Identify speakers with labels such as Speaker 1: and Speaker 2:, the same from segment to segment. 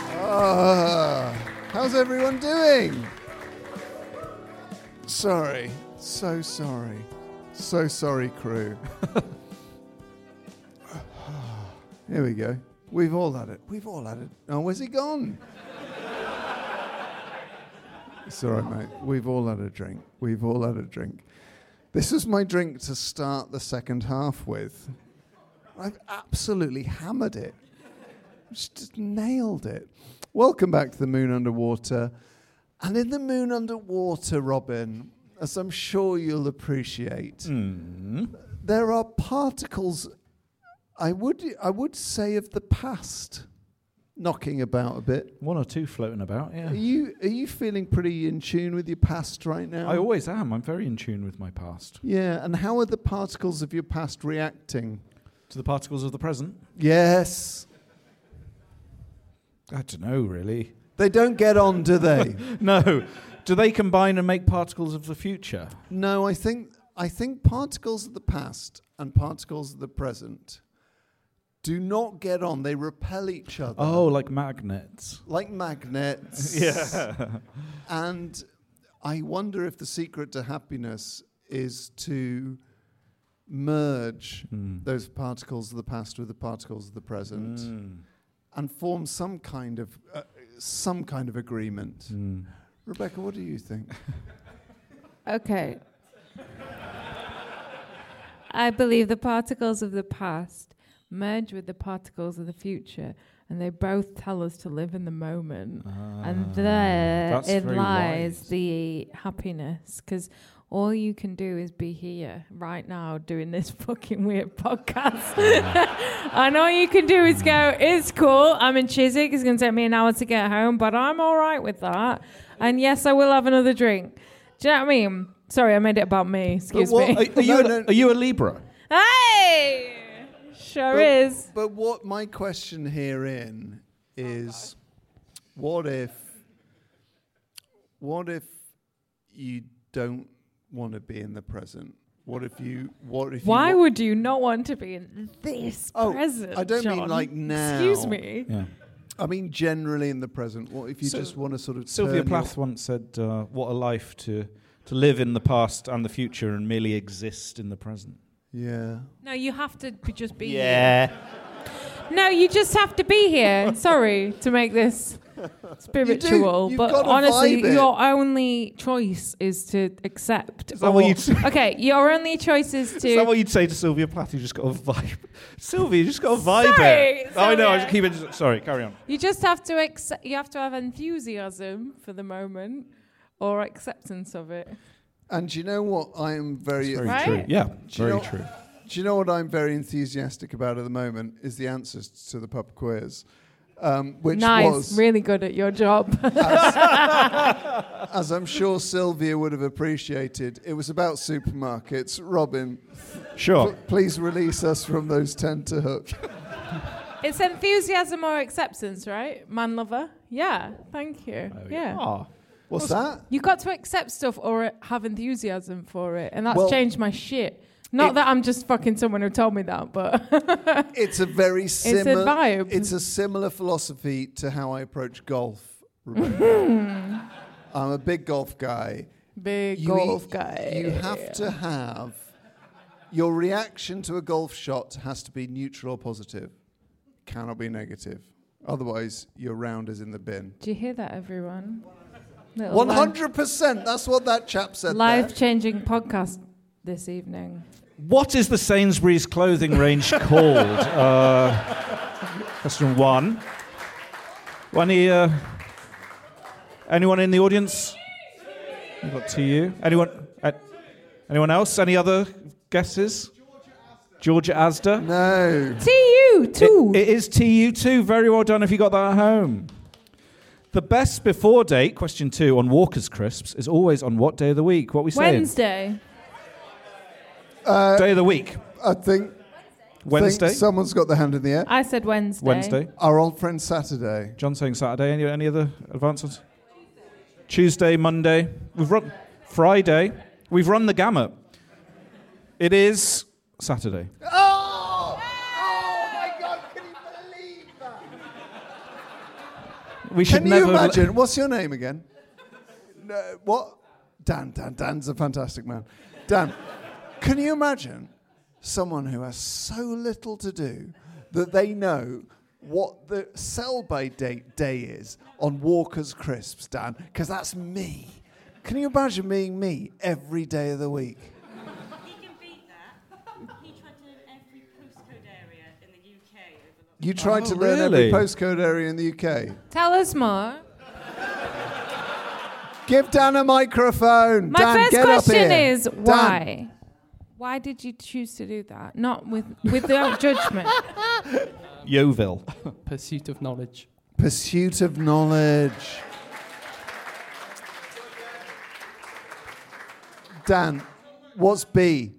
Speaker 1: Ah, how's everyone doing? Sorry, so sorry, so sorry, crew. Here we go. We've all had it. We've all had it. Oh, where's he gone? it's all right, mate. We've all had a drink. We've all had a drink. This is my drink to start the second half with. I've absolutely hammered it just, just nailed it. Welcome back to the Moon Underwater. And in the Moon Underwater, Robin, as I'm sure you'll appreciate, there are particles, I would, I would say, of the past knocking about a bit.
Speaker 2: One or two floating about, yeah.
Speaker 1: Are you, are you feeling pretty in tune with your past right now?
Speaker 2: I always am. I'm very in tune with my past.
Speaker 1: yeah, and how are the particles of your past reacting?
Speaker 2: To the particles of the present?
Speaker 1: Yes.
Speaker 2: I don't know, really.
Speaker 1: They don't get on, do they?
Speaker 2: No. Do they combine and make particles of the future?
Speaker 1: No, I think I think particles of the past and particles of the present do not get on. They repel each other.
Speaker 2: Oh, like magnets.
Speaker 1: like magnets. And I wonder if the secret to happiness is to merge those particles of the past with the particles of the present and form some kind of uh, some kind of agreement. Rebecca, what do you think?
Speaker 3: Okay. I believe the particles of the past merge with the particles of the future, and they both tell us to live in the moment. and there
Speaker 2: Ah, that's
Speaker 3: it
Speaker 2: very
Speaker 3: lies
Speaker 2: wise.
Speaker 3: the happiness, because all you can do is be here right now doing this fucking weird podcast.
Speaker 2: Ah.
Speaker 3: and all you can do is go, it's cool. I'm in Chiswick. It's going to take me an hour to get home, but I'm all right with that. And yes, I will have another drink. Do you know what I mean? Sorry, I made it about me. Excuse
Speaker 1: what-
Speaker 3: me.
Speaker 2: Are, are you
Speaker 1: No,
Speaker 2: a,
Speaker 1: no.
Speaker 2: are you a Libra?
Speaker 3: Hey! Sure
Speaker 1: But-
Speaker 3: is.
Speaker 1: But what my question herein is,
Speaker 2: Oh,
Speaker 1: what if, what if you don't want to be in the present? What if you? What if?
Speaker 3: Why
Speaker 1: you wa-
Speaker 3: would you not want to be in this
Speaker 1: Oh,
Speaker 3: present?
Speaker 1: I don't mean
Speaker 3: John?
Speaker 1: like now.
Speaker 3: Excuse me.
Speaker 2: Yeah.
Speaker 1: I mean generally in the present? What if you
Speaker 2: So-
Speaker 1: just want to sort of
Speaker 2: Sylvia
Speaker 1: turn your-
Speaker 2: Plath once said, uh, What a life to, to live in the past and the future and merely exist in the present.
Speaker 1: yeah.
Speaker 3: No, you have to be- just be here. No, you just have to be here. Sorry to make this spiritual,
Speaker 1: You've
Speaker 3: but
Speaker 1: gotta
Speaker 3: honestly,
Speaker 1: vibe it.
Speaker 3: your only choice is to accept.
Speaker 2: that what you'd say?
Speaker 3: okay, your only choice is to.
Speaker 2: Is that what you'd say to Sylvia Plath? You just got a vibe. Sylvia, you just got a vibe.
Speaker 3: Sorry,
Speaker 2: it. I know. I
Speaker 3: Sylvia.
Speaker 2: just keep it. Sorry, carry on.
Speaker 3: You just have to accept. You have to have enthusiasm for the moment, or acceptance of it.
Speaker 1: And do you know what I am very,
Speaker 2: Very
Speaker 3: Right?
Speaker 2: true. Yeah,
Speaker 1: you
Speaker 2: very
Speaker 1: know-
Speaker 2: true.
Speaker 1: Do you know what I'm very enthusiastic about at the moment is the answers to the pub quiz, um, which
Speaker 3: nice,
Speaker 1: was
Speaker 3: really good at your job.
Speaker 1: As I'm sure Sylvia would have appreciated, it was about supermarkets. Robin,
Speaker 2: Sure.
Speaker 1: pl- please release us from those tenterhooks.
Speaker 3: it's enthusiasm or acceptance, right? Man lover. Yeah, thank you. yeah.
Speaker 2: Ah,
Speaker 1: What's that?
Speaker 3: You got to accept stuff or have enthusiasm for it, and that's
Speaker 1: Well,
Speaker 3: changed my shit. Not
Speaker 1: it-
Speaker 3: that I'm just fucking someone who told me that, but
Speaker 1: It's a very similar.
Speaker 3: vibe.
Speaker 1: It's a similar philosophy to how I approach golf. Rebecca. I'm a big golf guy.
Speaker 3: big
Speaker 1: You-
Speaker 3: Mm-hmm.
Speaker 1: e-
Speaker 3: golf guy.
Speaker 1: You have to have your reaction to a golf shot has to be neutral or positive. Cannot be negative. Otherwise, your round is in the bin.
Speaker 3: Do you hear that, everyone? Little
Speaker 1: One hundred percent. That's what that chap said.
Speaker 3: life
Speaker 1: there.
Speaker 3: changing podcast this evening.
Speaker 2: What is the Sainsbury's clothing range called? Uh, question one. Any, uh, anyone in the audience? We've got to you. Anyone? uh, anyone else? Any other guesses? Georgia Asda.
Speaker 1: No.
Speaker 3: TU too.
Speaker 2: It, it is TU2. Very well done if you got that at home. The best before date, question two, on Walker's Crisps is always on what day of the week? What we saying?
Speaker 3: Wednesday.
Speaker 2: Day of the week.
Speaker 1: I think,
Speaker 2: Wednesday.
Speaker 1: think someone's got their hand in the air.
Speaker 3: I said Wednesday.
Speaker 2: Wednesday.
Speaker 1: Our old friend Saturday.
Speaker 2: John saying Saturday. Any, any other advanced ones? Tuesday, Monday. We've run Friday. We've run the gamut. It is Saturday.
Speaker 1: Oh! Oh my God! Can you believe that?
Speaker 2: We should
Speaker 1: Can
Speaker 2: never
Speaker 1: you imagine? What's your name again? No, what? Dan. Dan. Dan's a fantastic man. Dan. Can you imagine someone who has so little to do that they know what the sell by date day is on Walker's Crisps, Dan? Because that's me. Can you imagine being me every day of the week?
Speaker 4: He can beat that. He tried to learn every postcode area in the UK over lockdown.
Speaker 1: You tried
Speaker 2: Oh,
Speaker 1: to learn every
Speaker 2: really?
Speaker 1: postcode area in the UK.
Speaker 3: Tell us more.
Speaker 1: Give Dan a microphone.
Speaker 3: My
Speaker 1: Dan,
Speaker 3: first
Speaker 1: get up
Speaker 3: question
Speaker 1: here.
Speaker 3: is
Speaker 1: Dan.
Speaker 3: why? Why did you choose to do that? Not with without judgment.
Speaker 2: Yeovil.
Speaker 5: Pursuit of knowledge.
Speaker 1: Pursuit of knowledge. Dan, what's B?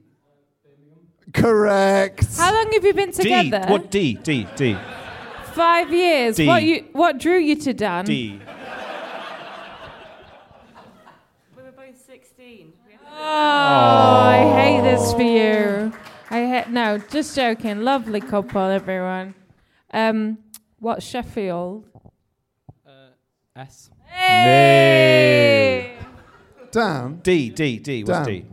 Speaker 1: Correct.
Speaker 3: How long have you been
Speaker 2: D.
Speaker 3: together?
Speaker 2: What D? D. D.
Speaker 3: Five years.
Speaker 2: D.
Speaker 3: What you? What drew you to Dan?
Speaker 2: D.
Speaker 4: We were both 16. We had
Speaker 3: Oh, I hate this for you. I hate. No, just joking. Lovely couple, everyone. Um, what Sheffield?
Speaker 5: S.
Speaker 3: Hey.
Speaker 1: Dan,
Speaker 2: D. D. D. What's
Speaker 1: Dan.
Speaker 2: D?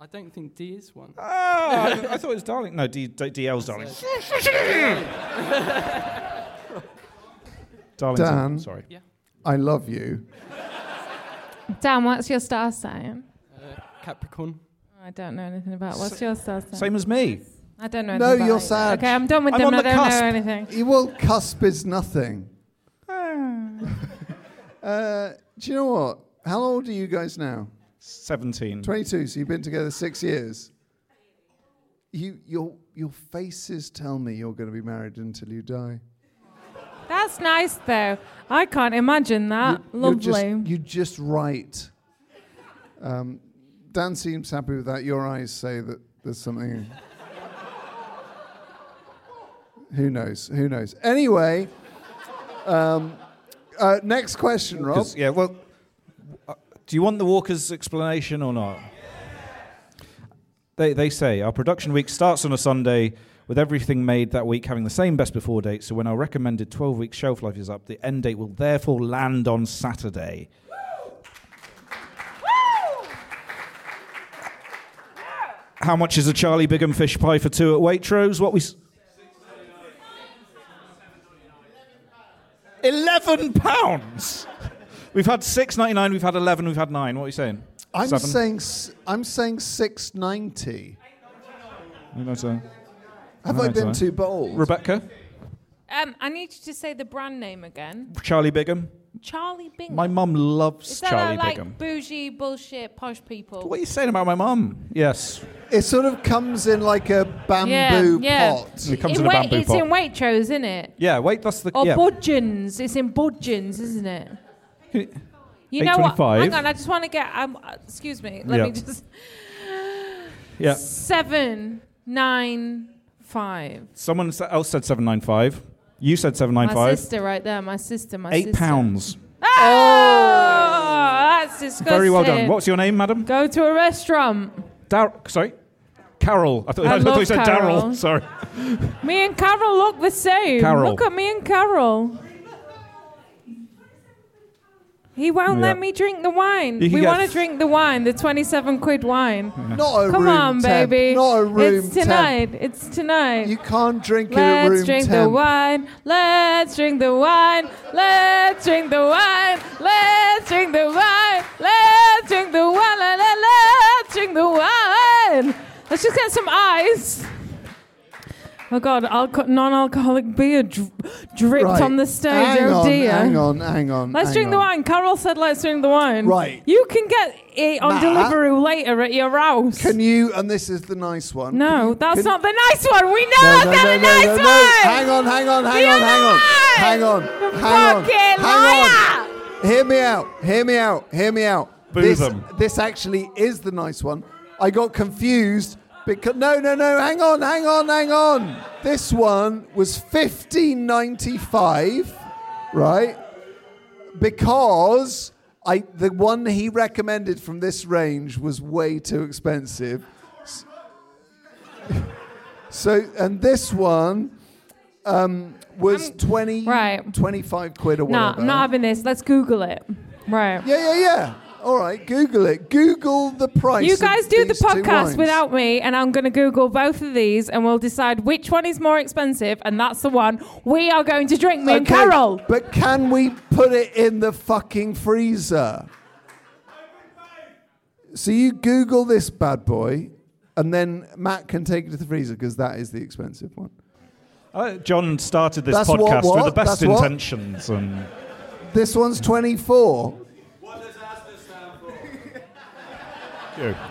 Speaker 5: I don't think D is one.
Speaker 2: Oh, I, I thought it was darling. No, D, D, DL's darling. Darlington.
Speaker 1: Dan.
Speaker 2: Sorry.
Speaker 1: I love you.
Speaker 3: Dan, what's your star sign?
Speaker 5: Capricorn.
Speaker 3: I don't know anything about. What's your star sign?
Speaker 2: Same as me.
Speaker 3: I don't know.
Speaker 1: No,
Speaker 3: anything about
Speaker 1: you're
Speaker 3: it.
Speaker 1: sad.
Speaker 3: Okay, I'm done with
Speaker 2: I'm
Speaker 3: them.
Speaker 2: on
Speaker 3: I
Speaker 2: the
Speaker 3: don't
Speaker 2: cusp.
Speaker 3: know anything.
Speaker 1: You will cusp is nothing. Uh, do you know what? How old are you guys now?
Speaker 2: 17.
Speaker 1: 22, so you've been together six years. You, your, your faces tell me you're going to be married until you die.
Speaker 3: That's nice, though. I can't imagine that.
Speaker 1: You're
Speaker 3: Lovely.
Speaker 1: just- you just write. Um, Dan seems happy with that. Your eyes say that there's something. Who knows? Who knows? Anyway, um, uh, next question, Rob.
Speaker 2: 'Cause- Yeah, well, uh, do you want the Walker's explanation or not? They, they say our production week starts on a Sunday with everything made that week having the same best before date. So when our recommended 12 week shelf life is up, the end date will therefore land on Saturday. How much is a Charlie Bigham fish pie for two at Waitrose? What we. S- Eleven pounds. We've had six ninety nine. We've had eleven. We've had nine. What are you saying?
Speaker 1: I'm
Speaker 2: Seven?
Speaker 1: saying s- I'm saying 690.
Speaker 2: You know what I'm saying?
Speaker 1: Have
Speaker 2: No,
Speaker 1: I
Speaker 2: it's
Speaker 1: been
Speaker 2: all right.
Speaker 1: too bold?
Speaker 2: Rebecca,
Speaker 3: um, I need you to say the brand name again.
Speaker 2: Charlie Bigham.
Speaker 3: Charlie Bingham.
Speaker 2: My mum
Speaker 3: Is
Speaker 2: loves
Speaker 3: that
Speaker 2: Charlie
Speaker 3: that, like
Speaker 2: Bigham.
Speaker 3: bougie bullshit posh people?
Speaker 2: What are you saying about my mum? Yes.
Speaker 1: it sort of comes in like a bamboo pot.
Speaker 2: It comes
Speaker 3: In
Speaker 2: in a
Speaker 3: Wait-
Speaker 2: bamboo
Speaker 3: it's
Speaker 2: pot.
Speaker 3: in Waitrose, isn't it?
Speaker 2: Yeah. Wait. That's the.
Speaker 3: Or
Speaker 2: yeah.
Speaker 3: Budgeons. It's in Budgeons, isn't it? You know what?
Speaker 2: 8.25.
Speaker 3: Hang on, I just want to get. Um, uh, excuse me. Let me
Speaker 2: Yeah.
Speaker 3: just.
Speaker 2: yeah.
Speaker 3: Seven nine five.
Speaker 2: Someone sa- else said seven nine five. You said seven nine
Speaker 3: My
Speaker 2: five.
Speaker 3: sister right there. My sister. My
Speaker 2: Eight
Speaker 3: sister.
Speaker 2: pounds.
Speaker 3: Oh! It's disgusting.
Speaker 2: Very well done. What's your name, madam?
Speaker 3: Go to a restaurant.
Speaker 2: Dar- sorry? Carol. I thought,
Speaker 3: I
Speaker 2: I thought you
Speaker 3: love
Speaker 2: said
Speaker 3: Carol.
Speaker 2: Daryl. Sorry.
Speaker 3: Me and Carol look the same.
Speaker 2: Carol.
Speaker 3: Look at me and Carol. He won't
Speaker 2: Yeah.
Speaker 3: let me drink the wine.
Speaker 2: You can
Speaker 3: We
Speaker 2: get
Speaker 3: want to
Speaker 2: f-
Speaker 3: drink the wine, the 27 quid wine.
Speaker 1: Not a
Speaker 3: Come
Speaker 1: room
Speaker 3: on,
Speaker 1: temp.
Speaker 3: baby.
Speaker 1: Not a room
Speaker 3: it's
Speaker 1: temp.
Speaker 3: tonight. It's tonight.
Speaker 1: You can't drink in a
Speaker 3: Let's
Speaker 1: room
Speaker 3: drink
Speaker 1: temp.
Speaker 3: the wine. Let's drink the wine. Let's drink the wine. Let's drink the wine. Let's drink the wine. La, la, Let's drink the wine. Let's just get some ice. Oh God! Alco- non-alcoholic beer dri dripped
Speaker 1: Right.
Speaker 3: on the stage.
Speaker 1: Hang
Speaker 3: oh
Speaker 1: on,
Speaker 3: dear!
Speaker 1: Hang on, hang on.
Speaker 3: Let's
Speaker 1: hang
Speaker 3: drink the
Speaker 1: on.
Speaker 3: wine. Carol said, "Let's drink the wine."
Speaker 1: Right.
Speaker 3: You can get it on
Speaker 1: Matt?
Speaker 3: Deliveroo later at your house.
Speaker 1: Can you, and this is the nice one.
Speaker 3: no, that's not the nice one. We know
Speaker 1: No,
Speaker 3: that's
Speaker 1: no, no,
Speaker 3: not the
Speaker 1: no,
Speaker 3: nice
Speaker 1: no,
Speaker 3: one.
Speaker 1: no. Hang on, hang on, hang
Speaker 3: The
Speaker 1: on, hang on.
Speaker 3: other one.
Speaker 1: Hang on, hang on.
Speaker 3: Fucking
Speaker 1: Hang
Speaker 3: liar.
Speaker 1: on. Hear me out, hear me out, hear me out.
Speaker 2: Boo
Speaker 1: this,
Speaker 2: them.
Speaker 1: this actually is the nice one. I got confused because. No, no, no, hang on, hang on, hang on. This one was 1595, right? because I the one he recommended from this range was way too expensive. S- So and this one um, was 20,
Speaker 3: right.
Speaker 1: 25 quid or
Speaker 3: Nah,
Speaker 1: whatever.
Speaker 3: I'm not having this. Let's Google it. Right.
Speaker 1: yeah, yeah, yeah. All right, Google it. Google the price.
Speaker 3: You
Speaker 1: of
Speaker 3: guys do the
Speaker 1: these two wines.
Speaker 3: podcast without me, and I'm going to Google both of these, and we'll decide which one is more expensive, and that's the one we are going to drink. Me and
Speaker 1: Okay,
Speaker 3: Carol.
Speaker 1: But can we put it in the fucking freezer? So you Google this bad boy, and then Matt can take it to the freezer because that is the expensive one.
Speaker 2: Uh, John started this
Speaker 1: That's what-
Speaker 2: podcast
Speaker 1: what?
Speaker 2: with the best
Speaker 1: That's what?
Speaker 2: intentions. and
Speaker 1: This one's 24.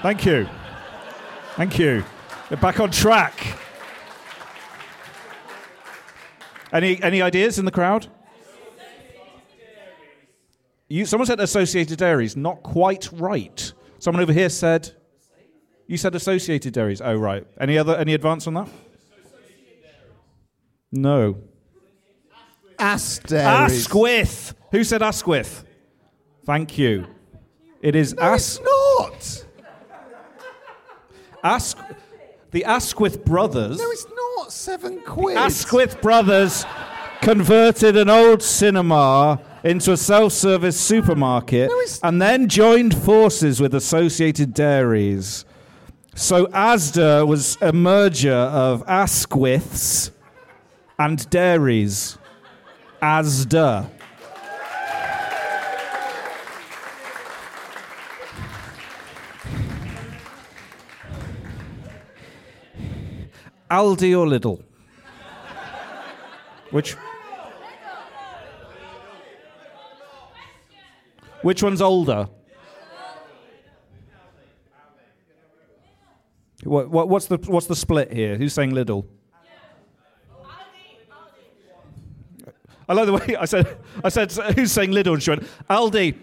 Speaker 2: Thank you. Thank you. Thank you. You're back on track. Any, any ideas in the crowd? You, someone said Associated Dairies, not quite right. Someone over here said, you said Associated Dairies. Oh, right. Any other any advance on that? No.
Speaker 1: Asterisk.
Speaker 2: Asquith. Who said Asquith? Thank you. It is
Speaker 1: No,
Speaker 2: As
Speaker 1: it's not.
Speaker 2: Ask the Asquith brothers.
Speaker 1: No, it's not. Seven quid.
Speaker 2: Asquith brothers converted an old cinema into a self-service supermarket
Speaker 1: No, it's-
Speaker 2: and then joined forces with Associated Dairies. So Asda was a merger of Asquiths and dairies. Asda. Aldi or Lidl? Which Which one's older? What, what, what's the what's the split here? Who's saying Lidl? I like the way I said I said who's saying Lidl and she went Aldi.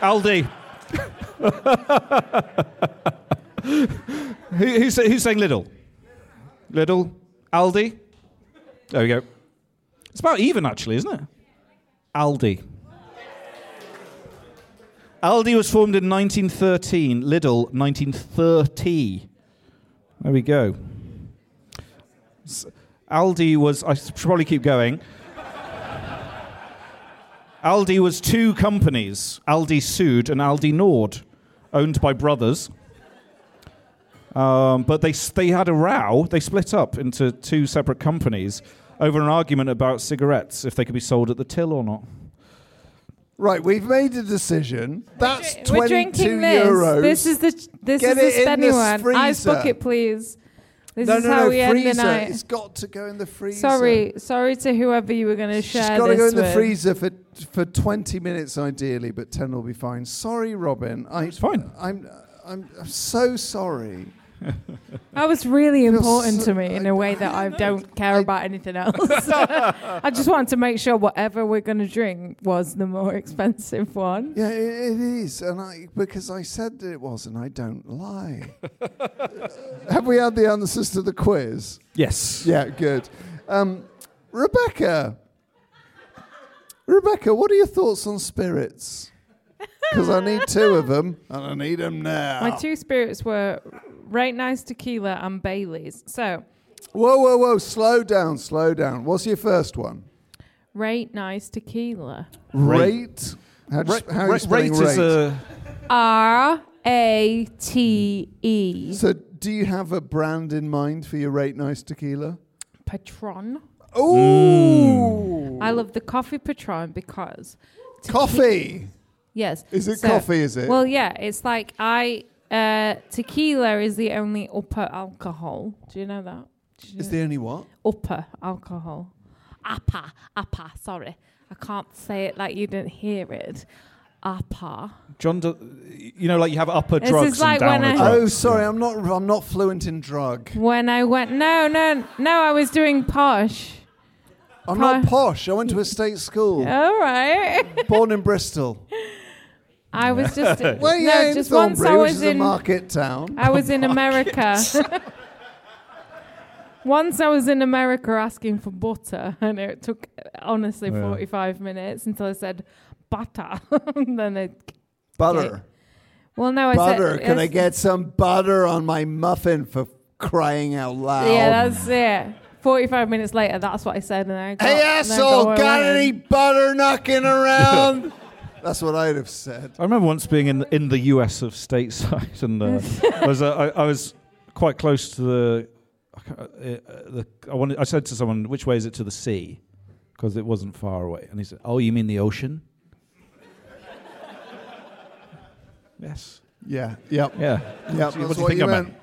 Speaker 2: Aldi. Who, who's, who's saying Lidl? Lidl, Aldi. There we go. It's about even, actually, isn't it? Aldi. Aldi was formed in 1913, Lidl 1930. There we go. S- Aldi was, I should probably keep going. Aldi was two companies Aldi Sud and Aldi Nord, owned by brothers. Um, but they, s- they had a row. They split up into two separate companies over an argument about cigarettes, if they could be sold at the till or not.
Speaker 1: Right, we've made a decision. That's
Speaker 3: We're
Speaker 1: 22
Speaker 3: drinking this.
Speaker 1: euros.
Speaker 3: This is the this
Speaker 1: Get
Speaker 3: is
Speaker 1: it in
Speaker 3: the spendy
Speaker 1: the
Speaker 3: one. Ice
Speaker 1: freezer.
Speaker 3: bucket, please. This
Speaker 1: no,
Speaker 3: is
Speaker 1: no,
Speaker 3: how
Speaker 1: no,
Speaker 3: we
Speaker 1: freezer.
Speaker 3: end the night.
Speaker 1: It's got to go in the freezer.
Speaker 3: sorry, sorry to whoever you were going to
Speaker 1: She's
Speaker 3: share
Speaker 1: got to
Speaker 3: this
Speaker 1: go in the
Speaker 3: with.
Speaker 1: freezer for for 20 minutes ideally, but 10 will be fine. Sorry, Robin. I, it's
Speaker 2: fine.
Speaker 1: I'm, I'm, I'm so sorry.
Speaker 3: That was really
Speaker 1: Feels
Speaker 3: important
Speaker 1: so-
Speaker 3: to me in a way that I don't care about anything else. I just wanted to make sure whatever we're going to drink was the more expensive one.
Speaker 1: Yeah, i it is, and I because I said that it was, and I don't lie. Have we had the answers to the quiz?
Speaker 2: Yes.
Speaker 1: Yeah, good. Um, Rebecca, Rebecca, what are your thoughts on spirits? because I need two of them and I need them now.
Speaker 3: My two spirits were right nice tequila and Bailey's. So,
Speaker 1: Whoa, whoa, whoa! Slow down, slow down. What's your first one?
Speaker 3: right nice tequila.
Speaker 1: Rate. How, do you,
Speaker 2: Ra-
Speaker 1: sp- how are
Speaker 2: ra-
Speaker 1: you spelling
Speaker 2: rate is a.
Speaker 3: R A T E.
Speaker 1: So, do you have a brand in mind for your rate nice tequila? Mm.
Speaker 3: Patron.
Speaker 1: Ooh,
Speaker 3: I love the coffee Patron because
Speaker 1: coffee.
Speaker 3: Yes.
Speaker 1: Is it coffee, is it?
Speaker 3: Well, yeah. It's like I uh, tequila is the only upper alcohol. Do you know that? Do you
Speaker 1: Is
Speaker 3: know-
Speaker 1: the only what?
Speaker 3: upper alcohol. Appa, appa. Sorry, I can't say it like you didn't hear it. Appa.
Speaker 2: John, do, you know, like you have upper
Speaker 3: This
Speaker 2: drugs
Speaker 3: is like
Speaker 2: and
Speaker 3: when
Speaker 2: downer
Speaker 3: I-
Speaker 2: drugs.
Speaker 1: Oh, sorry, I'm not. I'm not fluent in drug.
Speaker 3: When I went, no, no, no. I was doing posh.
Speaker 1: I'm not
Speaker 3: Posh.
Speaker 1: posh. I went to a state school,
Speaker 3: All right.
Speaker 1: born in Bristol.
Speaker 3: I was just.
Speaker 1: Well,
Speaker 3: no,
Speaker 1: yeah,
Speaker 3: just
Speaker 1: in
Speaker 3: once
Speaker 1: Thornbury,
Speaker 3: I
Speaker 1: which
Speaker 3: was
Speaker 1: is a
Speaker 3: in.
Speaker 1: market town.
Speaker 3: I was in America. Once I was in America asking for butter, and it took honestly 45 minutes until I said butter. and then they,
Speaker 1: Butter,
Speaker 3: well, no, I
Speaker 1: butter.
Speaker 3: said
Speaker 1: Can I
Speaker 3: yes.
Speaker 1: get some butter on my muffin for crying out loud?
Speaker 3: Yeah, that's it. 45 minutes later, that's what I said. And I got,
Speaker 1: Hey,
Speaker 3: and I
Speaker 1: asshole,
Speaker 3: what I
Speaker 1: got
Speaker 3: wanted.
Speaker 1: any butter knocking around? That's what I'd have said.
Speaker 2: I remember once being in in the US of stateside, and uh, I was uh, I, I was quite close to the. I can't- uh, uh, the I wanted. I said to someone, "Which way is it to the sea?" Because it wasn't far away, and he said, "Oh, you mean the ocean?" yes.
Speaker 1: Yeah, yep,
Speaker 2: Yeah.
Speaker 1: yep.
Speaker 2: do you
Speaker 1: that's
Speaker 2: think
Speaker 1: what you
Speaker 2: I meant?
Speaker 1: meant.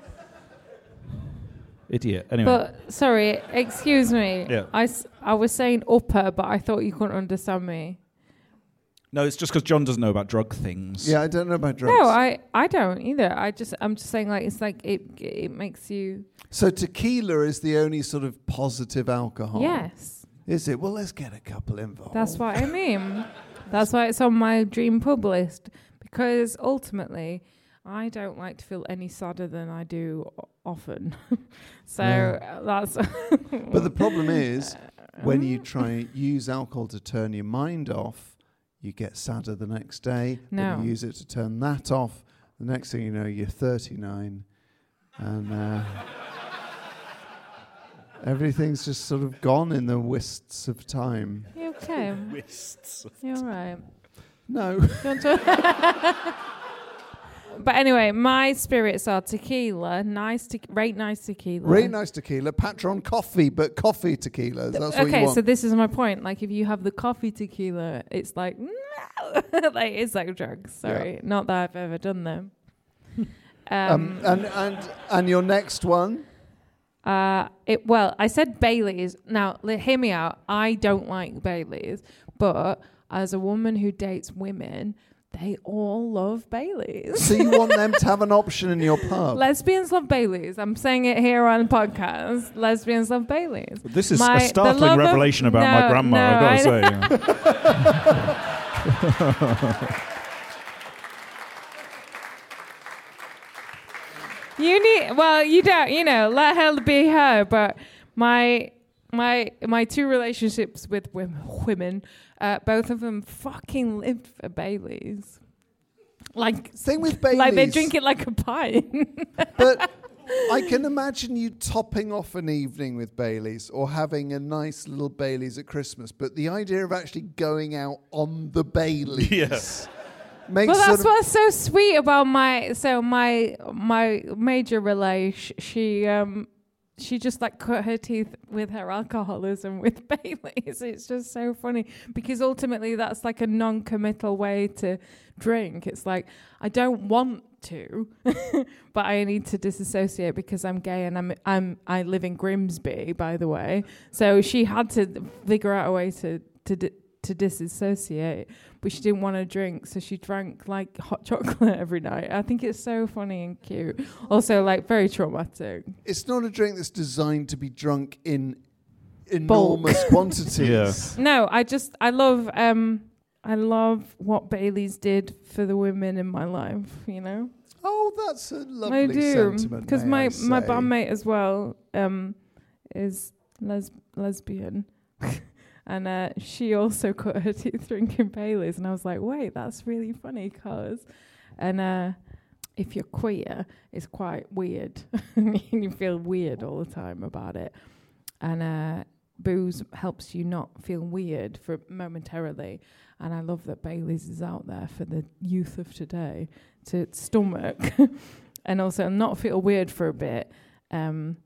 Speaker 2: Idiot. Anyway.
Speaker 3: But sorry, excuse me.
Speaker 2: Yeah.
Speaker 3: I, s- I was saying upper, but I thought you couldn't understand me.
Speaker 2: no, it's just because John doesn't know about drug things.
Speaker 1: Yeah, I don't know about drugs.
Speaker 3: No, I, I don't either. I just I'm just saying like it's like it it makes you
Speaker 1: so tequila is the only sort of positive alcohol.
Speaker 3: yes.
Speaker 1: Is it? Well, let's get a couple involved.
Speaker 3: That's what I mean. That's why it's on my dream pub list because ultimately I don't like to feel any sadder than I do o- often. so uh that's
Speaker 1: But the problem is, when you try use alcohol to turn your mind off, you get sadder the next day. Then
Speaker 3: No.
Speaker 1: you use it to turn that off. The next thing you know, you're 39, and uh, everything's just sort of gone in the wisps of time.
Speaker 3: you okay. You're right.
Speaker 1: No,
Speaker 3: Do you want to- but anyway, my spirits are tequila, nice, te- rate nice tequila.
Speaker 1: really nice tequila, Patron coffee, but coffee tequilas. That's what you
Speaker 3: okay,
Speaker 1: want.
Speaker 3: so this is my point. Like, if you have the coffee tequila, it's like, no, like it's like drugs. Sorry, not that I've ever done them.
Speaker 1: um,
Speaker 3: um,
Speaker 1: and and and your next one.
Speaker 3: uh, it well, I said Bailey's. Now, li- hear me out. I don't like Bailey's, but as a woman who dates women, they all love Bailey's.
Speaker 1: So you want them to have an option in your pub.
Speaker 3: Lesbians love Baileys. I'm saying it here on podcast. Lesbians love Baileys.
Speaker 2: This is a
Speaker 3: My- the
Speaker 2: startling
Speaker 3: love of-
Speaker 2: revelation about my
Speaker 3: no,
Speaker 2: grandma,
Speaker 3: no,
Speaker 2: I've
Speaker 3: I-
Speaker 2: got to say.
Speaker 3: You need well, you don't, you know, let her be her, but my my my two relationships with women, women uh, both of them fucking lived for Baileys. Like
Speaker 1: Thing with Baileys.
Speaker 3: like they drink it like a pint.
Speaker 1: but I can imagine you topping off an evening with Bailey's or having a nice little Bailey's at Christmas. But the idea of actually going out on the Bailey's makes
Speaker 3: Well,
Speaker 1: sort
Speaker 3: that's
Speaker 1: of,
Speaker 3: what's so sweet about my so my my major relay. sh- She um she just like cut her teeth with her alcoholism with Baileys. It's just so funny because ultimately that's like a non-committal way to drink. It's like I don't want to, but I need to disassociate because I'm gay and I'm I'm I live in Grimsby, by the way. So she had to figure out a way to to. Di- to disassociate, but she didn't want to drink, so she drank like hot chocolate every night. I think it's so funny and cute. Also, like very traumatic.
Speaker 1: it's not a drink that's designed to be drunk in enormous quantities.
Speaker 2: Yeah.
Speaker 3: No, I just I love um I love what Bailey's did for the women in my life. You know,
Speaker 1: Oh, that's a lovely
Speaker 3: I do
Speaker 1: sentiment.
Speaker 3: because
Speaker 1: may
Speaker 3: my
Speaker 1: I
Speaker 3: my
Speaker 1: say.
Speaker 3: bandmate as well um is les- lesbian, And uh, she also cut her teeth drinking Baileys. And I was like, wait, that's really funny because. And uh, if you're queer, it's quite weird. and you feel weird all the time about it. And uh, booze helps you not feel weird for momentarily. And I love that Bailey's is out there for the youth of today to stomach and also not feel weird for a bit. Um,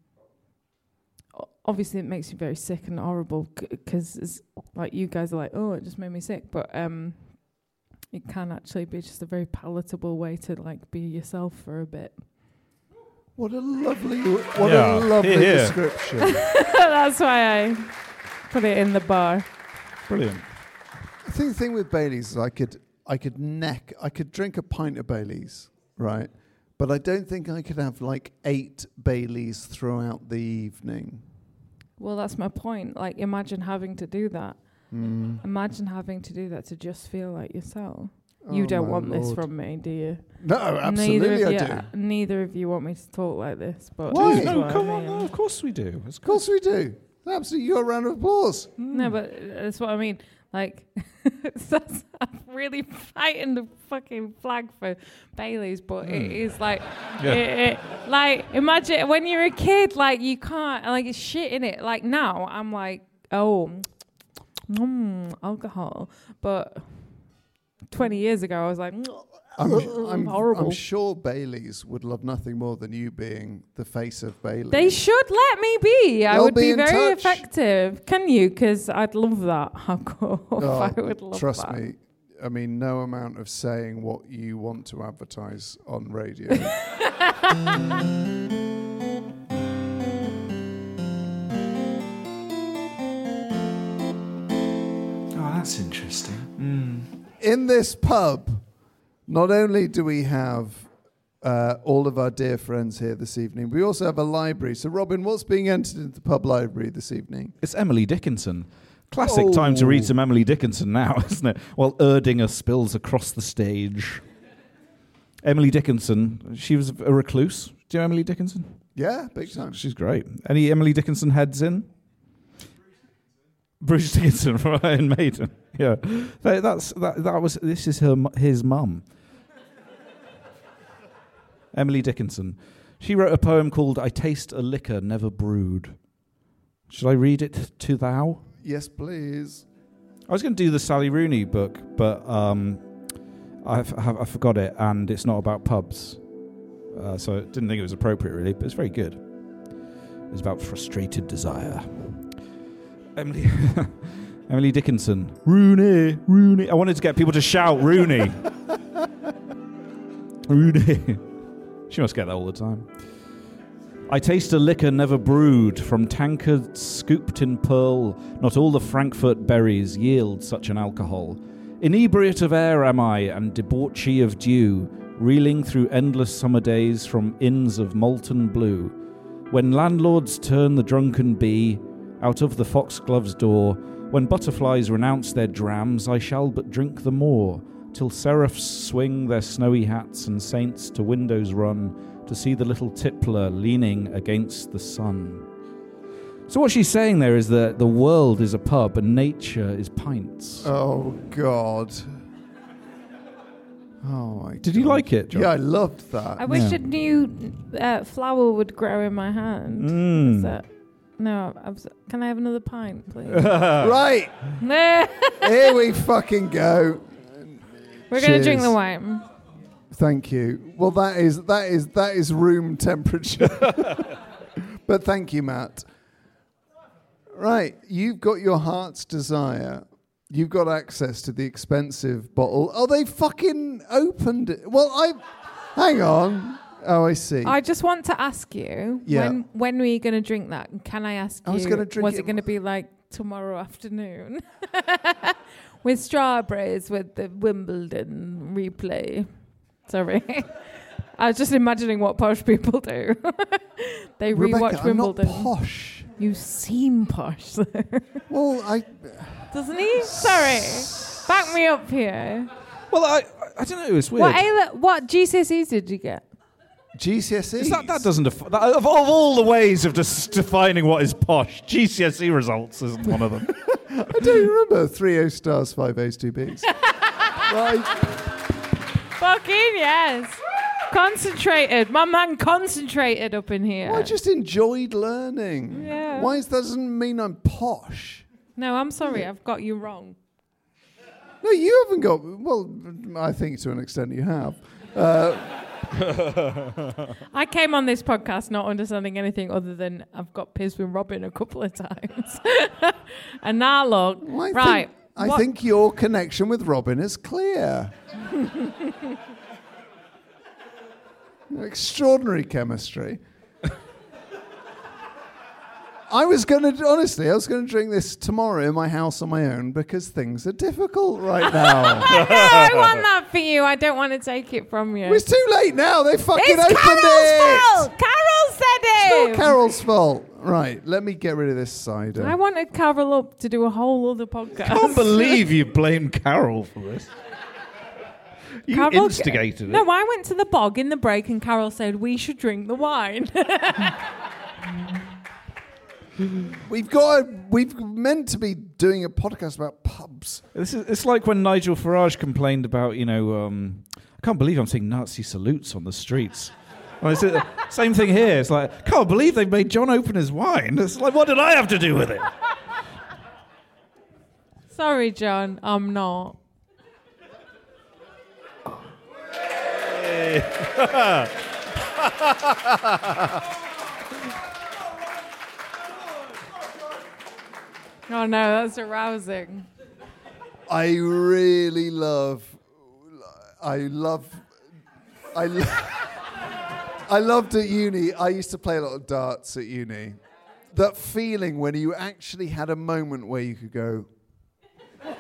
Speaker 3: o- obviously, it makes you very sick and horrible because it's like you guys are like, oh, it just made me sick. But um, it can actually be just a very palatable way to like be yourself for a bit.
Speaker 1: What a lovely, what
Speaker 2: Yeah.
Speaker 1: a lovely
Speaker 2: Here, here.
Speaker 1: description.
Speaker 3: That's why I put it in the bar.
Speaker 2: Brilliant.
Speaker 1: I think the thing with Bailey's is I could I could neck I could drink a pint of Bailey's, right? But I don't think I could have like eight Baileys throughout the evening.
Speaker 3: Well, that's my point. Like, imagine having to do that.
Speaker 1: Mm.
Speaker 3: Imagine having to do that to just feel like yourself. you don't want this from me, do you?
Speaker 1: No, absolutely
Speaker 3: neither
Speaker 1: I
Speaker 3: of
Speaker 1: do.
Speaker 3: you, uh, Neither of you want me to talk like this, but
Speaker 1: Why?
Speaker 3: that's
Speaker 1: No,
Speaker 3: what I
Speaker 2: come on.
Speaker 3: mean.
Speaker 2: No, of course we do. It's
Speaker 1: Of course we do. Absolutely, you're a round of applause.
Speaker 3: No, but that's what I mean. Like, that's, I'm really fighting the fucking flag for Bailey's, but it is like,
Speaker 2: Yeah.
Speaker 3: it, it, like imagine when you're a kid, like you can't, like it's shit in it. Like now, I'm like, oh, mm, alcohol, but 20 years ago, I was like, mm,
Speaker 1: I'm, I'm,
Speaker 3: horrible.
Speaker 1: I'm sure Bailey's would love nothing more than you being the face of Bailey's.
Speaker 3: They should let me be. I
Speaker 1: They'll
Speaker 3: would
Speaker 1: be
Speaker 3: be,
Speaker 1: in
Speaker 3: very
Speaker 1: touch.
Speaker 3: effective. Can you? Because I'd love that. How cool.
Speaker 1: Oh,
Speaker 3: I would love
Speaker 1: trust
Speaker 3: that.
Speaker 1: me. I mean, no amount of saying what you want to advertise on radio.
Speaker 6: Oh, that's interesting.
Speaker 1: in this pub, not only do we have uh, all of our dear friends here this evening, we also have a library. So, Robin, what's being entered into the pub library this evening?
Speaker 2: It's Emily Dickinson. Classic time to read
Speaker 1: Oh.
Speaker 2: some Emily Dickinson now, isn't it? While Erdinger spills across the stage. Emily Dickinson, she was a recluse. Do you know Emily Dickinson?
Speaker 1: Yeah, big time.
Speaker 2: She's great. Any Emily Dickinson heads in? Bruce Dickinson from Iron Maiden. Yeah, That- that's that. That was this is her mu- his mum. Emily Dickinson. She wrote a poem called "I Taste a Liquor Never Brewed." Should I read it to thou?
Speaker 1: Yes, please.
Speaker 2: I was going to do the Sally Rooney book, but um, I, f- have- I forgot it, and it's not about pubs, uh, so I didn't think it was appropriate really. But it's very good. It's about frustrated desire. Emily, Emily Dickinson, Rooney, Rooney. I wanted to get people to shout Rooney, Rooney. she must get that all the time. I taste a liquor never brewed, from tankards scooped in pearl. Not all the Frankfurt berries yield such an alcohol. Inebriate of air am I, and debauchee of dew, reeling through endless summer days from inns of molten blue. When landlords turn the drunken bee out of the foxglove's door, when butterflies renounce their drams, I shall but drink the more, till seraphs swing their snowy hats and saints to windows run to see the little tippler leaning against the sun. So, what she's saying there is that the world is a pub and nature is pints.
Speaker 1: Oh, God. Oh, my
Speaker 2: Did you
Speaker 1: God.
Speaker 2: like it, John?
Speaker 1: Yeah, I loved that.
Speaker 3: I wish
Speaker 2: Yeah.
Speaker 3: a new uh, flower would grow in my hand.
Speaker 2: Mm.
Speaker 1: Hmm.
Speaker 3: Is that- no, I've, s- can I have another pint, please?
Speaker 1: right,
Speaker 3: Nah,
Speaker 1: here we fucking go.
Speaker 3: We're going to drink the
Speaker 1: Cheers.
Speaker 3: wine.
Speaker 1: Thank you. Well, that is that is that is room temperature. but thank you, Matt. Right, you've got your heart's desire. You've got access to the expensive bottle. Oh, they fucking opened it. Well, I hang on. Oh, I see.
Speaker 3: I just want to ask you
Speaker 1: Yeah.
Speaker 3: when when were you going to drink that? And Can I ask
Speaker 1: I
Speaker 3: you?
Speaker 1: was gonna drink
Speaker 3: was
Speaker 1: it-
Speaker 3: it going to be like tomorrow afternoon with strawberries with the Wimbledon replay? Sorry. I was just imagining what posh people do. they
Speaker 1: Rebecca,
Speaker 3: rewatch
Speaker 1: I'm not
Speaker 3: Wimbledon.
Speaker 1: posh.
Speaker 3: You seem posh, though.
Speaker 1: Well, I
Speaker 3: doesn't he? Sorry, back me up here.
Speaker 2: Well, I, I- I don't know. It's weird.
Speaker 3: What A what GCSEs did you get?
Speaker 1: GCSE.
Speaker 2: Is that, that doesn't defi- that, of, of all the ways of just defining what is posh, GCSE results E isn't one of them.
Speaker 1: I don't remember three O stars, five A's, two B's. Like,
Speaker 3: Fucking yes. Concentrated. My man concentrated up in here.
Speaker 1: I just enjoyed learning.
Speaker 3: Yeah.
Speaker 1: Why is, that doesn't mean I'm posh?
Speaker 3: No, I'm sorry. I've got you wrong.
Speaker 1: No, you haven't got. Well, I think to an extent you have.
Speaker 3: I came on this podcast not understanding anything other than I've got pissed with Robin a couple of times. and now look.
Speaker 1: Well, I
Speaker 3: right.
Speaker 1: Think, I
Speaker 3: what-
Speaker 1: think your connection with Robin is clear. Extraordinary chemistry. I was going to, honestly, I was going to drink this tomorrow in my house on my own because things are difficult right now.
Speaker 3: No, I want that for you. I don't want to take it from you.
Speaker 1: it's too late now. They fucking
Speaker 3: It's
Speaker 1: opened
Speaker 3: Carol's
Speaker 1: it.
Speaker 3: fault. Carol said it.
Speaker 1: Not Carol's fault. Right, let me get rid of this cider.
Speaker 3: I wanted Carol up to do a whole other podcast.
Speaker 2: I can't believe you blame Carol for this. You
Speaker 3: Carol-
Speaker 2: instigated it.
Speaker 3: No, I went to the bog in the break, and Carol said we should drink the wine.
Speaker 1: we've got, we've meant to be doing a podcast about pubs.
Speaker 2: This is, it's like when Nigel Farage complained about, you know, um, I can't believe I'm seeing Nazi salutes on the streets. Well, it's the same thing here. It's like, can't believe they made John open his wine. It's like, what did I have to do with it?
Speaker 3: Sorry, John, I'm not. Oh, oh no, that's arousing.
Speaker 1: I really love. I love. I. Lo- I loved at uni. I used to play a lot of darts at uni. That feeling when you actually had a moment where you could go.